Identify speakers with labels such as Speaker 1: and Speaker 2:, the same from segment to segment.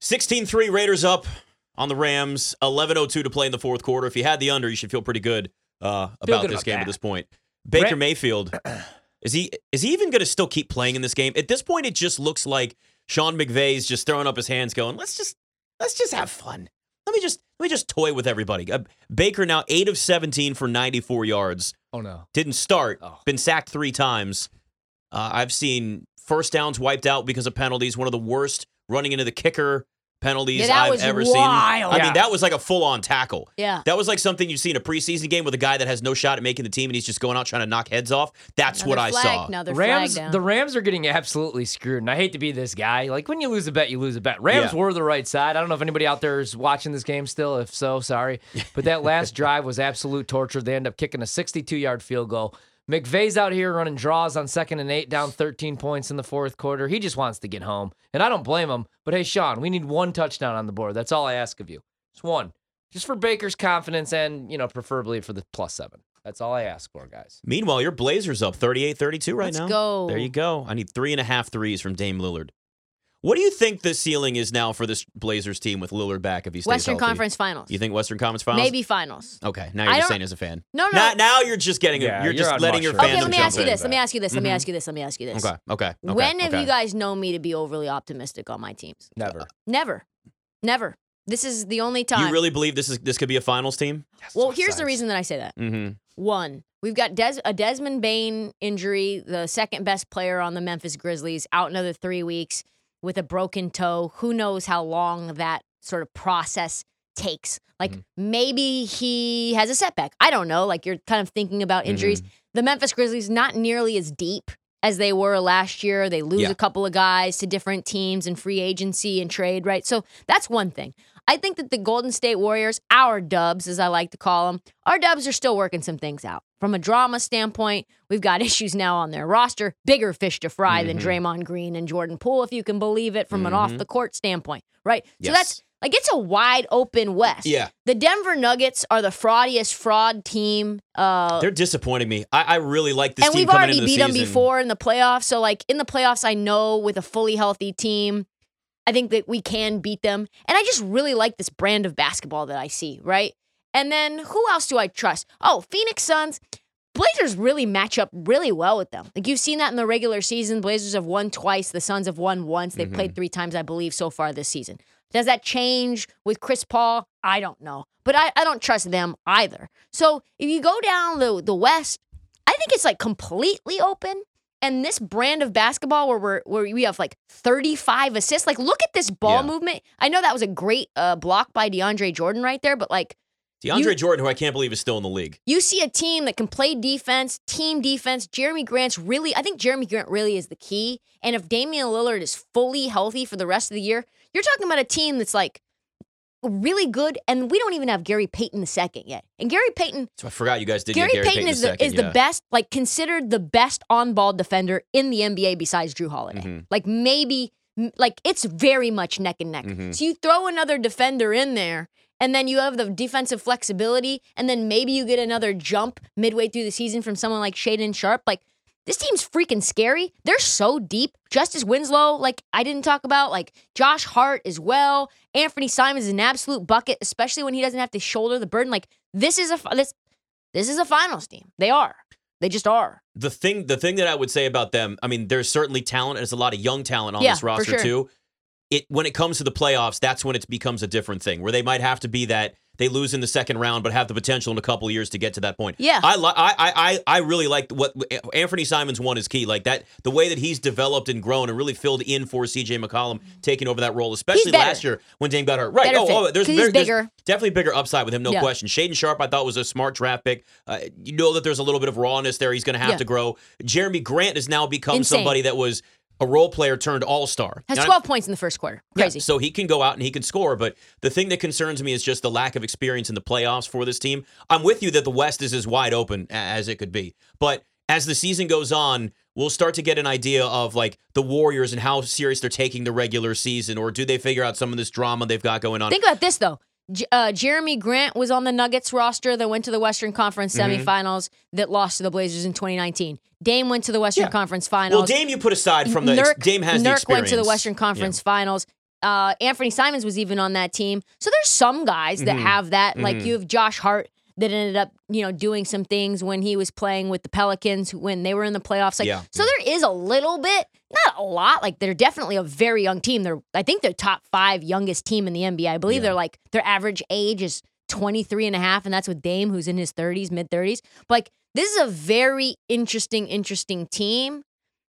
Speaker 1: Sixteen three Raiders up on the Rams. 11.02 to play in the fourth quarter. If you had the under, you should feel pretty good uh, about
Speaker 2: Feel good
Speaker 1: this
Speaker 2: about
Speaker 1: game at
Speaker 2: that.
Speaker 1: this point. Baker
Speaker 2: Brett-
Speaker 1: Mayfield, is he is he even going to still keep playing in this game? At this point, it just looks like Sean McVay's just throwing up his hands, going, "Let's just let's just have fun. Let me just let me just toy with everybody." Uh, Baker now eight of seventeen for 94 yards.
Speaker 2: Oh no.
Speaker 1: Didn't start.
Speaker 2: Oh.
Speaker 1: Been sacked three times. Uh, I've seen first downs wiped out because of penalties. One of the worst running into the kicker penalties
Speaker 3: Yeah, that
Speaker 1: I've
Speaker 3: was
Speaker 1: ever
Speaker 3: wild.
Speaker 1: seen. I
Speaker 2: Yeah.
Speaker 1: mean, that was like a full on tackle.
Speaker 3: Yeah.
Speaker 1: That was like something you see in a preseason game with a guy that has no shot at making the team and he's just going out trying to knock heads off. That's what I
Speaker 3: Another flag,
Speaker 1: saw.
Speaker 3: Another
Speaker 2: Rams,
Speaker 3: flag down.
Speaker 2: the Rams are getting absolutely screwed, and I hate to be this guy. Like when you lose a bet, you lose a bet. Rams
Speaker 1: Yeah.
Speaker 2: were the right side. I don't know if anybody out there is watching this game still. If so, sorry, but that last drive was absolute torture. They end up kicking a 62-yard field goal. McVay's out here running draws on second and eight, down 13 points in the fourth quarter. He just wants to get home, and I don't blame him. But hey, Sean, we need one touchdown on the board. That's all I ask of you. Just one, just for Baker's confidence, and you know, preferably for the plus seven. That's all I ask for, guys.
Speaker 1: Meanwhile, your Blazers up 38 32 right
Speaker 3: Let's
Speaker 1: now.
Speaker 3: go.
Speaker 1: There you go. I need three and a half threes from Dame Lillard. What do you think the ceiling is now for this Blazers team with Lillard back if he stays
Speaker 3: Western
Speaker 1: healthy?
Speaker 3: Conference Finals.
Speaker 1: You think Western Conference Finals?
Speaker 3: Maybe finals.
Speaker 1: Okay, now
Speaker 3: I
Speaker 1: you're just
Speaker 3: don't-
Speaker 1: saying as a fan.
Speaker 3: No, no.
Speaker 1: Now, now you're just getting.
Speaker 2: Yeah,
Speaker 1: a, you're,
Speaker 2: you're
Speaker 1: just
Speaker 2: on
Speaker 1: letting your
Speaker 2: mushroom.
Speaker 1: fandom
Speaker 3: Okay, let me
Speaker 1: jump
Speaker 3: ask you
Speaker 1: in.
Speaker 3: this. Let me ask you this. Let me
Speaker 1: Mhm.
Speaker 3: ask you this. Let me ask you this.
Speaker 1: Okay, okay. okay
Speaker 3: When have
Speaker 1: okay.
Speaker 3: you guys known me to be overly optimistic on my teams?
Speaker 2: Never.
Speaker 3: Never. Never. This is the only time.
Speaker 1: You really believe this is this could be a finals team?
Speaker 3: well, here's the reason that I say that.
Speaker 1: Mm-hmm.
Speaker 3: One, we've got Des- a Desmond Bain injury, the second best player on the Memphis Grizzlies, out another three weeks with a broken toe. Who knows how long that sort of process takes? Like maybe he has a setback. I don't know. Like you're kind of thinking about injuries. The Memphis Grizzlies not nearly as deep as they were last year. They lose
Speaker 1: Yeah.
Speaker 3: a couple of guys to different teams and free agency and trade, right? So that's one thing. I think that the Golden State Warriors, our dubs, as I like to call them, our dubs are still working some things out. From a drama standpoint, we've got issues now on their roster, bigger fish to fry
Speaker 1: Mm-hmm.
Speaker 3: than Draymond Green and Jordan Poole, if you can believe it, from an off the court standpoint, right? So
Speaker 1: Yes.
Speaker 3: that's like it's a wide open West.
Speaker 1: Yeah.
Speaker 3: The Denver Nuggets are the fraudiest fraud team uh,
Speaker 1: They're disappointing me. I, I really like this
Speaker 3: and
Speaker 1: team
Speaker 3: we've
Speaker 1: coming
Speaker 3: already
Speaker 1: into the
Speaker 3: beat them
Speaker 1: season.
Speaker 3: before in the playoffs. So like in the playoffs, I know with a fully healthy team, I think that we can beat them. And I just really like this brand of basketball that I see, right? And then who else do I trust? Oh, Phoenix Suns. Blazers really match up really well with them. Like you've seen that in the regular season. Blazers have won twice. The Suns have won once. They've
Speaker 1: Mm-hmm.
Speaker 3: played three times, I believe, so far this season. Does that change with Chris Paul? I don't know. But I, I don't trust them either. So if you go down the, the West, I think it's like completely open. And this brand of basketball where we're where we have like 35 assists. Like look at this ball
Speaker 1: Yeah.
Speaker 3: movement. I know that was a great uh, block by DeAndre Jordan right there, but like
Speaker 1: DeAndre
Speaker 3: You-
Speaker 1: Jordan, who I can't believe is still in the league.
Speaker 3: you see a team that can play defense, team defense. Jeremy Grant's really, I think Jeremy Grant really is the key. And if Damian Lillard is fully healthy for the rest of the year, you're talking about a team that's like really good. And we don't even have Gary Payton the second yet. And Gary Payton,
Speaker 1: So I forgot you guys did
Speaker 3: Gary,
Speaker 1: get Gary
Speaker 3: Payton, is the
Speaker 1: second,
Speaker 3: is
Speaker 1: yeah.
Speaker 3: the best, like considered the best on ball defender in the NBA besides Drew Holiday.
Speaker 1: Mm-hmm.
Speaker 3: Like
Speaker 1: Mm-hmm.
Speaker 3: maybe, m- like it's very much neck and neck. So you throw another defender in there, and then you have the defensive flexibility, and then maybe you get another jump midway through the season from someone like Shaden Sharp. Like this team's freaking scary. They're so deep. Justice Winslow, like I didn't talk about, like Josh Hart as well. Anthony Simons is an absolute bucket, especially when he doesn't have to shoulder the burden. Like this is a fi- this this is a finals team. They are. They just are.
Speaker 1: the thing the thing that I would say about them, I mean, there's certainly talent, and there's a lot of young talent on
Speaker 3: Yeah,
Speaker 1: this
Speaker 3: for
Speaker 1: roster
Speaker 3: sure.
Speaker 1: too. It when it comes to the playoffs, that's when it becomes a different thing where they might have to be that they lose in the second round, but have the potential in a couple of years to get to that point.
Speaker 3: Yeah.
Speaker 1: I li- I I I I really like what Anthony Simons won is key. Like that, the way that he's developed and grown and really filled in for CJ McCollum taking over that role, especially
Speaker 3: better.
Speaker 1: last year when Dame got hurt. Right?
Speaker 3: Better
Speaker 1: oh,
Speaker 3: fit,
Speaker 1: oh, there's,
Speaker 3: 'cause he's
Speaker 1: very- there's
Speaker 3: bigger.
Speaker 1: definitely bigger upside with him, no
Speaker 3: Yeah.
Speaker 1: question. Shaden Sharp, I thought was a smart draft pick. Uh, you know that there's a little bit of rawness there. He's going to have
Speaker 3: Yeah.
Speaker 1: to grow. Jeremy Grant has now become
Speaker 3: Insane.
Speaker 1: somebody that was a role player turned all star.
Speaker 3: Has 12 points in the first quarter. Crazy.
Speaker 1: So he can go out and he can score. But the thing that concerns me is just the lack of experience in the playoffs for this team. I'm with you that the West is as wide open a- as it could be. But as the season goes on, we'll start to get an idea of like the Warriors and how serious they're taking the regular season, or do they figure out some of this drama they've got going on?
Speaker 3: Think about this though. J- uh, Jeremy Grant was on the Nuggets roster that went to the Western Conference
Speaker 1: Mm-hmm.
Speaker 3: semifinals that lost to the Blazers in 2019. Dame went to the Western Conference Finals.
Speaker 1: well, Dame, you put aside from the ex-
Speaker 3: Nurk,
Speaker 1: Dame has the
Speaker 3: Nurk
Speaker 1: experience.
Speaker 3: went to the Western Conference Finals. Uh, Anthony Simons was even on that team. So there's some guys
Speaker 1: Mm-hmm.
Speaker 3: that have that. Like you have Josh Hart that ended up, you know, doing some things when he was playing with the Pelicans when they were in the playoffs. Like,
Speaker 1: Yeah.
Speaker 3: so there is a little bit, not a lot. Like they're definitely a very young team. They're, I think they're top five youngest team in the NBA. I believe they're like their average age is 23 and a half, and that's with Dame, who's in his 30s, mid 30s. But like this is a very interesting, interesting team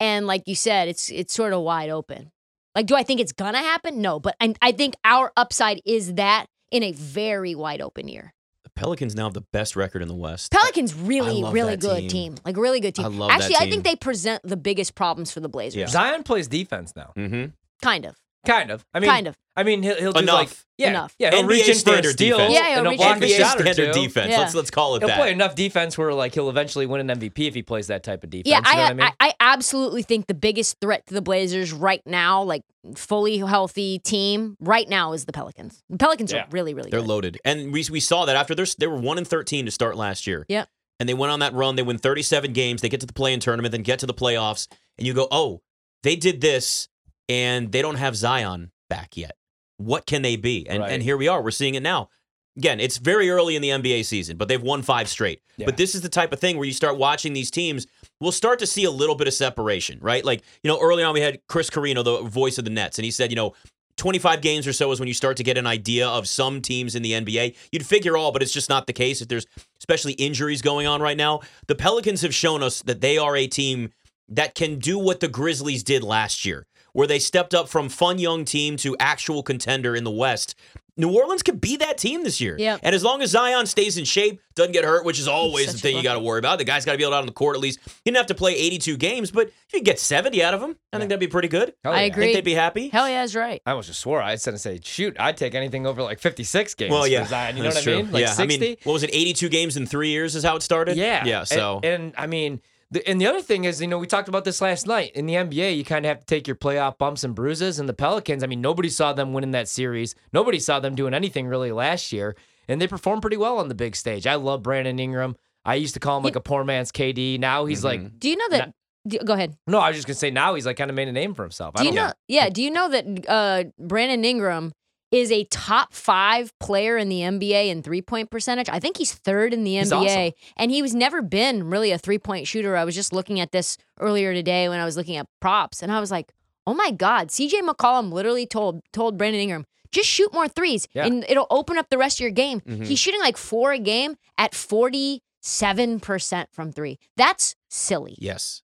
Speaker 3: and like you said it's it's sort of wide open like do i think it's gonna happen no but i, I think our upside is that in a very wide open year
Speaker 1: The Pelicans now have the best record in the West.
Speaker 3: pelicans
Speaker 1: I
Speaker 3: really
Speaker 1: love
Speaker 3: really
Speaker 1: that
Speaker 3: good
Speaker 1: team.
Speaker 3: team. like really good team
Speaker 1: I love that
Speaker 3: actually i
Speaker 1: team.
Speaker 3: think they present the biggest problems for the blazers
Speaker 1: Yeah.
Speaker 2: Zion plays defense now.
Speaker 1: Mm-hmm.
Speaker 3: kind of
Speaker 2: Kind of. I mean,
Speaker 3: Kind of.
Speaker 2: I mean, he'll, he'll do
Speaker 1: Enough.
Speaker 2: like yeah,
Speaker 3: Enough.
Speaker 2: yeah. He'll
Speaker 1: NBA
Speaker 2: reach in for a
Speaker 1: standard
Speaker 2: steal.
Speaker 1: defense.
Speaker 3: Yeah, he'll
Speaker 2: and he'll
Speaker 3: reach
Speaker 2: block
Speaker 3: in
Speaker 2: a
Speaker 3: for a
Speaker 2: shot or
Speaker 1: standard
Speaker 2: two.
Speaker 1: defense.
Speaker 3: Yeah.
Speaker 1: Let's let's call it
Speaker 2: He'll
Speaker 1: that.
Speaker 2: play enough defense where like he'll eventually win an MVP if he plays that type of defense.
Speaker 3: yeah
Speaker 2: you know
Speaker 3: I,
Speaker 2: what I mean?
Speaker 3: I i absolutely think the biggest threat to the blazers right now like fully healthy team right now is the pelicans the pelicans
Speaker 2: Yeah.
Speaker 3: are really really
Speaker 1: They're
Speaker 3: good
Speaker 1: loaded, and we we saw that after their, they were one and thirteen to start last year.
Speaker 3: Yep.
Speaker 1: and they went on that run. They win thirty seven games. They get to the play in tournament, then get to the playoffs, and you go, oh, they did this, and they don't have Zion back yet. What can they be? And
Speaker 2: Right.
Speaker 1: and here we are. We're seeing it now. Again, it's very early in the NBA season, but they've won five straight.
Speaker 2: Yeah.
Speaker 1: But this is the type of thing where you start watching these teams. We'll start to see a little bit of separation, right? Like you know, early on we had Chris Carino, the voice of the Nets, and he said, you know, 25 games or so is when you start to get an idea of some teams in the NBA. You'd figure all, but it's just not the case if there's especially injuries going on right now. The Pelicans have shown us that they are a team that can do what the Grizzlies did last year, where they stepped up from fun young team to actual contender in the West. New Orleans could be that team this year.
Speaker 3: Yep.
Speaker 1: And as long as Zion stays in shape, doesn't get hurt, which is always the
Speaker 3: Such a
Speaker 1: thing you
Speaker 3: lucky
Speaker 1: got to worry about, the guy's got to be able out on the court at least. He didn't have to play 82 games, but if you get 70 out of him, I think that'd be pretty good.
Speaker 2: Hell
Speaker 3: I
Speaker 2: yeah.
Speaker 1: I think
Speaker 3: agree.
Speaker 1: they'd be happy.
Speaker 3: hell yeah is right
Speaker 2: I almost just swore I said and say, shoot, I'd take anything over like 56 games
Speaker 1: Well, yeah,
Speaker 2: for Zion. You know
Speaker 1: that's
Speaker 2: what I mean?
Speaker 1: true.
Speaker 2: Like
Speaker 1: yeah,
Speaker 2: 60.
Speaker 1: I mean, what was it? Eighty-two games in three years is how it started.
Speaker 2: Yeah.
Speaker 1: yeah.
Speaker 2: And-
Speaker 1: So
Speaker 2: and, I mean, the, and the other thing is, you know, we talked about this last night in the NBA. You kind of have to take your playoff bumps and bruises. And the Pelicans, I mean, nobody saw them winning that series. Nobody saw them doing anything really last year, and they performed pretty well on the big stage. I love Brandon Ingram. I used to call him like a poor man's KD. Now he's like,
Speaker 1: Mm-hmm.
Speaker 3: do you know that do- go ahead
Speaker 2: no, I was just gonna say now he's like kind of made a name for himself. I
Speaker 3: Do you
Speaker 2: don't
Speaker 3: know? Yeah. Do you know that uh, Brandon Ingram is a top five player in the NBA in three point percentage? I think he's third in the
Speaker 2: He's
Speaker 3: NBA,
Speaker 2: awesome.
Speaker 3: and he was never been really a three point shooter. I was just looking at this earlier today when I was looking at props, and I was like, "Oh my God!" CJ McCollum literally told told Brandon Ingram. Just shoot more threes,
Speaker 2: Yeah. Mm-hmm.
Speaker 3: and it'll open up the rest of your game. He's shooting like four a game at forty-seven percent from three. That's silly.
Speaker 1: yes.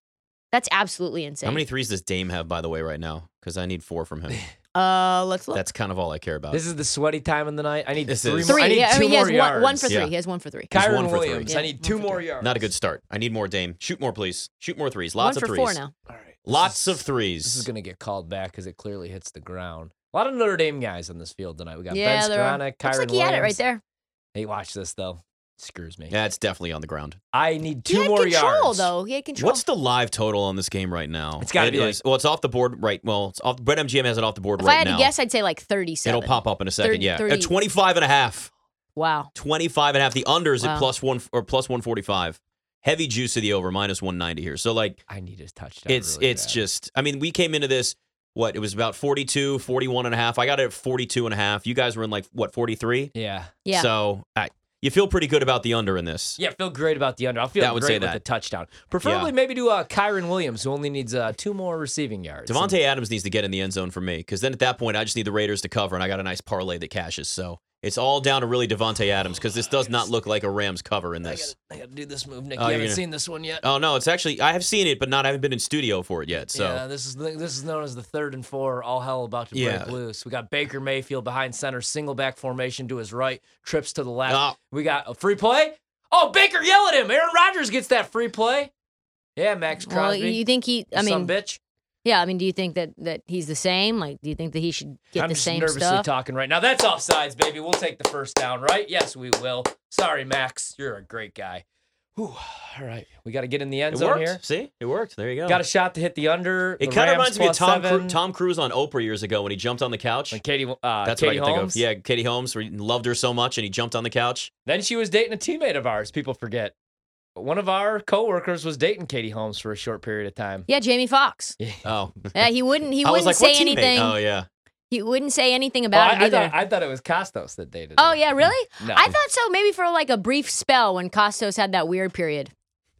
Speaker 3: That's absolutely insane.
Speaker 1: How many threes does Dame have, by the way, right now? Because I need four from him.
Speaker 3: Uh, let's look.
Speaker 1: That's kind of all I care about.
Speaker 2: This is the sweaty time of the night. I need
Speaker 1: This
Speaker 2: three
Speaker 1: is-
Speaker 2: more. I need
Speaker 3: Three. Yeah,
Speaker 2: two
Speaker 3: I mean, he
Speaker 2: more
Speaker 3: has one,
Speaker 2: yards.
Speaker 3: one for three.
Speaker 1: Yeah.
Speaker 3: He has one for three.
Speaker 1: He's
Speaker 2: Kyron
Speaker 1: one for three.
Speaker 2: Williams. I
Speaker 3: Yeah,
Speaker 2: need
Speaker 3: one
Speaker 2: two
Speaker 3: for
Speaker 2: more
Speaker 3: three.
Speaker 2: yards.
Speaker 1: Not a good start. I need more Dame. Shoot more, please. Shoot more, please. Lots
Speaker 3: one
Speaker 1: of
Speaker 3: for
Speaker 1: threes.
Speaker 3: four now.
Speaker 2: All right.
Speaker 1: Lots of threes.
Speaker 2: This is going to get called back because it clearly hits the ground. A lot of Notre Dame guys on this field tonight. We got
Speaker 3: yeah,
Speaker 2: Ben
Speaker 3: there are.
Speaker 2: Skoranek, Kyron
Speaker 3: Looks like he
Speaker 2: Williams.
Speaker 3: had it right there.
Speaker 2: Hey, watch this though. Screws me.
Speaker 1: Yeah, it's definitely on the ground.
Speaker 2: I need
Speaker 3: he
Speaker 2: two
Speaker 3: had
Speaker 2: more
Speaker 3: control
Speaker 2: yards.
Speaker 3: though. He had control.
Speaker 1: What's the live total on this game right now?
Speaker 2: It's gotta
Speaker 1: It
Speaker 2: be like-
Speaker 1: is- well, it's off the board right. Well, it's off. BetMGM has it off the board
Speaker 3: if
Speaker 1: right
Speaker 3: I had
Speaker 1: now.
Speaker 3: to guess, I'd say like 37.
Speaker 1: It'll pop up in a second.
Speaker 3: Thirty-
Speaker 1: yeah,
Speaker 3: thirty.
Speaker 1: At 25 and a half.
Speaker 3: Wow.
Speaker 1: 25 and a half. The under is at
Speaker 3: Wow.
Speaker 1: plus one or plus 145. Heavy juice of the over, minus 190 here. So like
Speaker 2: I need his touchdown.
Speaker 1: it's
Speaker 2: really
Speaker 1: it's
Speaker 2: bad.
Speaker 1: just I mean, we came into this what? It was about 42, 41 and a half. I got it at 42 and a half. You guys were in like what, 43?
Speaker 2: yeah.
Speaker 3: Yeah.
Speaker 1: So, I, you feel pretty good about the under in this.
Speaker 2: Yeah, feel great about the under. I feel
Speaker 1: That would
Speaker 2: great
Speaker 1: say
Speaker 2: with
Speaker 1: that.
Speaker 2: the touchdown. Preferably
Speaker 1: Yeah.
Speaker 2: maybe to uh, Kyron Williams, who only needs uh, two more receiving yards.
Speaker 1: Devontae Adams needs to get in the end zone for me because then at that point, I just need the Raiders to cover, and I got a nice parlay that cashes. So it's all down to really Devontae Adams because this does not look like a Rams cover in
Speaker 2: I
Speaker 1: this.
Speaker 2: gotta, I gotta do this move, Nick.
Speaker 1: Oh,
Speaker 2: you
Speaker 1: you're
Speaker 2: haven't
Speaker 1: gonna-
Speaker 2: seen this one yet.
Speaker 1: Oh, no, it's actually, I have seen it, but not, I haven't been in studio for it yet. So
Speaker 2: yeah, this is this is known as the third and four. All hell about to
Speaker 1: Yeah.
Speaker 2: break loose. We got Baker Mayfield behind center, single back formation to his right, trips to the left.
Speaker 1: Ah.
Speaker 2: We got a free play. Oh, Baker yell at him. Aaron Rodgers gets that free play. Yeah, Max Crosby.
Speaker 3: Well, you think he? I
Speaker 2: son of
Speaker 3: mean,
Speaker 2: a bitch.
Speaker 3: yeah. I mean, do you think that that he's the same? Like, do you think that he should get
Speaker 2: I'm
Speaker 3: the
Speaker 2: just
Speaker 3: same
Speaker 2: nervously
Speaker 3: stuff?
Speaker 2: talking right now. That's offsides, baby. We'll take the first down, right? Yes, we will. Sorry, Max. You're a great guy. Whew. All right, we got to get in the end
Speaker 1: it
Speaker 2: zone
Speaker 1: worked.
Speaker 2: here.
Speaker 1: See, it worked. There you go.
Speaker 2: Got a shot to hit the under.
Speaker 1: it
Speaker 2: The
Speaker 1: kind
Speaker 2: Rams
Speaker 1: of reminds me of
Speaker 2: plus
Speaker 1: Tom,
Speaker 2: seven.
Speaker 1: Cru- Tom Cruise on Oprah years ago when he jumped on the couch.
Speaker 2: and Katie. Uh,
Speaker 1: That's
Speaker 2: Katie
Speaker 1: what I can
Speaker 2: Holmes.
Speaker 1: think of. Yeah, Katie Holmes. Where he loved her so much, and he jumped on the couch.
Speaker 2: Then she was dating a teammate of ours. People forget. One of our coworkers was dating Katie Holmes for a short period of time.
Speaker 3: Yeah, Jamie Fox.
Speaker 1: Oh,
Speaker 3: Yeah, he wouldn't. He
Speaker 1: I was
Speaker 3: wouldn't
Speaker 1: like,
Speaker 3: say
Speaker 1: what teammate?
Speaker 3: anything.
Speaker 1: Oh yeah,
Speaker 3: He wouldn't say anything
Speaker 2: Well,
Speaker 3: about
Speaker 2: Oh, I,
Speaker 3: it
Speaker 2: I
Speaker 3: either.
Speaker 2: thought I thought it was Costos that dated.
Speaker 3: oh
Speaker 2: her.
Speaker 3: yeah, really?
Speaker 2: No.
Speaker 3: I thought so. Maybe for like a brief spell when Costos had that weird period.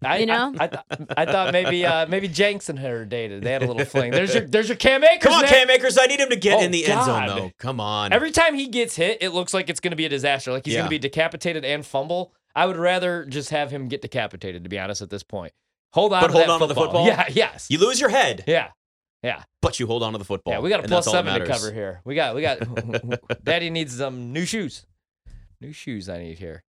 Speaker 2: I,
Speaker 3: you know?
Speaker 2: I, I, th- I thought maybe uh, maybe Jenks and her dated. They had a little fling. There's your there's your Cam Akers.
Speaker 1: come on,
Speaker 2: Nick.
Speaker 1: Cam Akers. I need him to get
Speaker 2: Oh,
Speaker 1: in the end zone
Speaker 2: God.
Speaker 1: though. Come on.
Speaker 2: Every time he gets hit, it looks like it's going to be a disaster. Like he's going
Speaker 1: Yeah.
Speaker 2: to be decapitated and fumble. I would rather just have him get decapitated. To be honest, at this point, hold on.
Speaker 1: But
Speaker 2: to
Speaker 1: hold
Speaker 2: that
Speaker 1: on to the football?
Speaker 2: Yeah. Yes.
Speaker 1: you lose your head.
Speaker 2: yeah.
Speaker 1: but you hold on to the football.
Speaker 2: Yeah. We got a
Speaker 1: and
Speaker 2: plus
Speaker 1: that's all that
Speaker 2: seven to
Speaker 1: matters.
Speaker 2: cover here. We got. We got. Daddy needs some new shoes. New shoes I need here.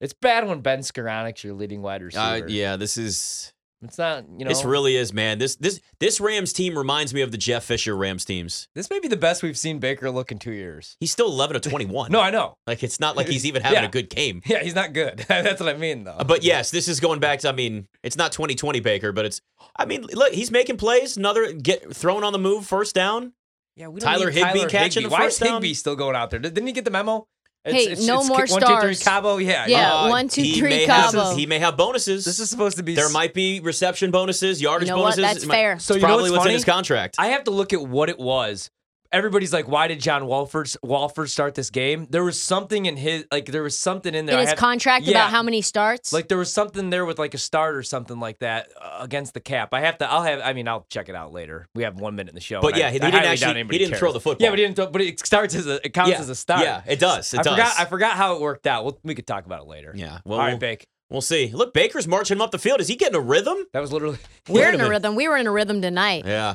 Speaker 2: It's bad when Ben Skoranek's your leading wide
Speaker 1: Uh,
Speaker 2: receiver.
Speaker 1: yeah, this is
Speaker 2: It's not. You know.
Speaker 1: this really is, man. This this this Rams team reminds me of the Jeff Fisher Rams teams.
Speaker 2: This may be the best we've seen Baker look in two years.
Speaker 1: He's still eleven to twenty one.
Speaker 2: No, I know.
Speaker 1: like it's not like he's even having
Speaker 2: Yeah.
Speaker 1: a good game.
Speaker 2: Yeah, he's not good. That's what I mean, though.
Speaker 1: Uh, But yes, this is going back to. I mean, it's not twenty twenty Baker, but it's. I mean, look, he's making plays. Another get thrown on the move, first down.
Speaker 2: Yeah, we
Speaker 1: Tyler
Speaker 2: need
Speaker 1: Higbee catching the
Speaker 2: Why
Speaker 1: first
Speaker 2: is
Speaker 1: down?
Speaker 2: Higby still going out there? Did- Didn't he get the memo?
Speaker 3: Hey, no more
Speaker 2: ki- One, two, three,
Speaker 3: stars.
Speaker 2: Cabo. Yeah,
Speaker 3: Yeah.
Speaker 1: Uh,
Speaker 3: one, two,
Speaker 1: he
Speaker 3: three,
Speaker 1: may have-
Speaker 3: Cabo.
Speaker 1: he may have bonuses.
Speaker 2: This is supposed to be.
Speaker 1: there might be reception bonuses, yardage
Speaker 3: You know what?
Speaker 1: bonuses.
Speaker 3: That's
Speaker 1: It might-
Speaker 3: fair.
Speaker 1: It's
Speaker 2: So you know
Speaker 1: probably
Speaker 2: what's
Speaker 1: what's
Speaker 2: funny?
Speaker 1: in his contract.
Speaker 2: I have to look at what it was. Everybody's like, why did John Walford Walford start this game? There was something in his like there was something in there.
Speaker 3: In
Speaker 2: I
Speaker 3: his
Speaker 2: had-
Speaker 3: contract
Speaker 2: yeah.
Speaker 3: about how many starts.
Speaker 2: like there was something there with like a start or something like that uh, against the cap. I have to. I'll have. I mean, I'll check it out later. We have one minute in the show.
Speaker 1: But
Speaker 2: and I-
Speaker 1: yeah, he- he
Speaker 2: I
Speaker 1: didn't
Speaker 2: highly doubt
Speaker 1: actually-
Speaker 2: anybody
Speaker 1: he didn't
Speaker 2: cares.
Speaker 1: throw the football.
Speaker 2: Yeah, but he didn't. Throw, but it starts as a. It counts
Speaker 1: Yeah.
Speaker 2: as a start.
Speaker 1: Yeah, it does. It
Speaker 2: I
Speaker 1: does.
Speaker 2: forgot. I forgot how it worked out. We'll, we could talk about it later.
Speaker 1: yeah.
Speaker 2: All
Speaker 1: Well,
Speaker 2: right,
Speaker 1: we'll-
Speaker 2: Bake.
Speaker 1: We'll see. Look, Baker's marching him up the field. Is he getting a rhythm?
Speaker 2: That was literally.
Speaker 3: we're
Speaker 1: wait a
Speaker 3: in a
Speaker 1: minute.
Speaker 3: rhythm. We were in a rhythm tonight.
Speaker 1: Yeah.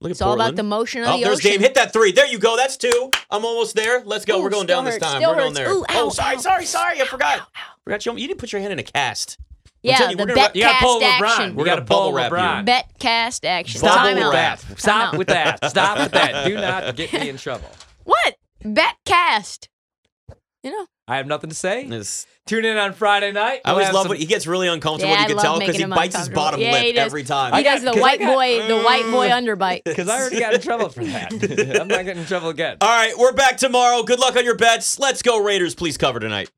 Speaker 1: Look at
Speaker 3: It's all about
Speaker 1: Portland.
Speaker 3: the motion of
Speaker 1: Oh,
Speaker 3: the
Speaker 1: there's
Speaker 3: ocean.
Speaker 1: Dave. Hit that three. There you go. That's two. I'm almost there. Let's go.
Speaker 3: Ooh,
Speaker 1: We're going
Speaker 3: still
Speaker 1: down this
Speaker 3: hurts.
Speaker 1: time.
Speaker 3: Still
Speaker 1: We're going
Speaker 3: hurts.
Speaker 1: there.
Speaker 3: Ooh,
Speaker 1: oh,
Speaker 3: ow,
Speaker 1: sorry,
Speaker 3: ow,
Speaker 1: sorgot, sorry, sorry. I forgot. Forgot you. You didn't put your hand in a cast.
Speaker 3: Yeah,
Speaker 1: telling you,
Speaker 3: the
Speaker 1: we're gonna-
Speaker 3: bet
Speaker 2: You gotta pull
Speaker 3: cast
Speaker 2: LeBron.
Speaker 3: action.
Speaker 2: We
Speaker 1: We're gonna
Speaker 2: gotta pull
Speaker 1: bubble wrap you.
Speaker 2: LeBron.
Speaker 3: Bet cast action.
Speaker 2: Stop
Speaker 1: Bubble
Speaker 3: Timeout.
Speaker 2: with that.
Speaker 1: wrap.
Speaker 2: Stop
Speaker 3: Timeout.
Speaker 2: with that. Stop with that. Do not get me in trouble.
Speaker 3: What? Bet cast. You know.
Speaker 2: I have nothing to say.
Speaker 1: It's-
Speaker 2: Tune in on Friday night.
Speaker 1: I always
Speaker 2: We'll have
Speaker 1: love
Speaker 2: some-
Speaker 1: when he gets really uncomfortable.
Speaker 3: Yeah,
Speaker 1: you
Speaker 3: I
Speaker 1: can
Speaker 3: love
Speaker 1: tell
Speaker 3: making
Speaker 1: because he
Speaker 3: him
Speaker 1: bites his
Speaker 3: uncomfortable.
Speaker 1: bottom
Speaker 3: Yeah, he
Speaker 1: lip
Speaker 3: does.
Speaker 1: every time. Mm.
Speaker 3: He does the
Speaker 2: got-
Speaker 3: white
Speaker 2: I got-
Speaker 3: boy, the white boy underbite.
Speaker 2: Because I already got in trouble for that. I'm not getting in trouble again.
Speaker 1: All right, we're back tomorrow. Good luck on your bets. Let's go Raiders. Please cover tonight.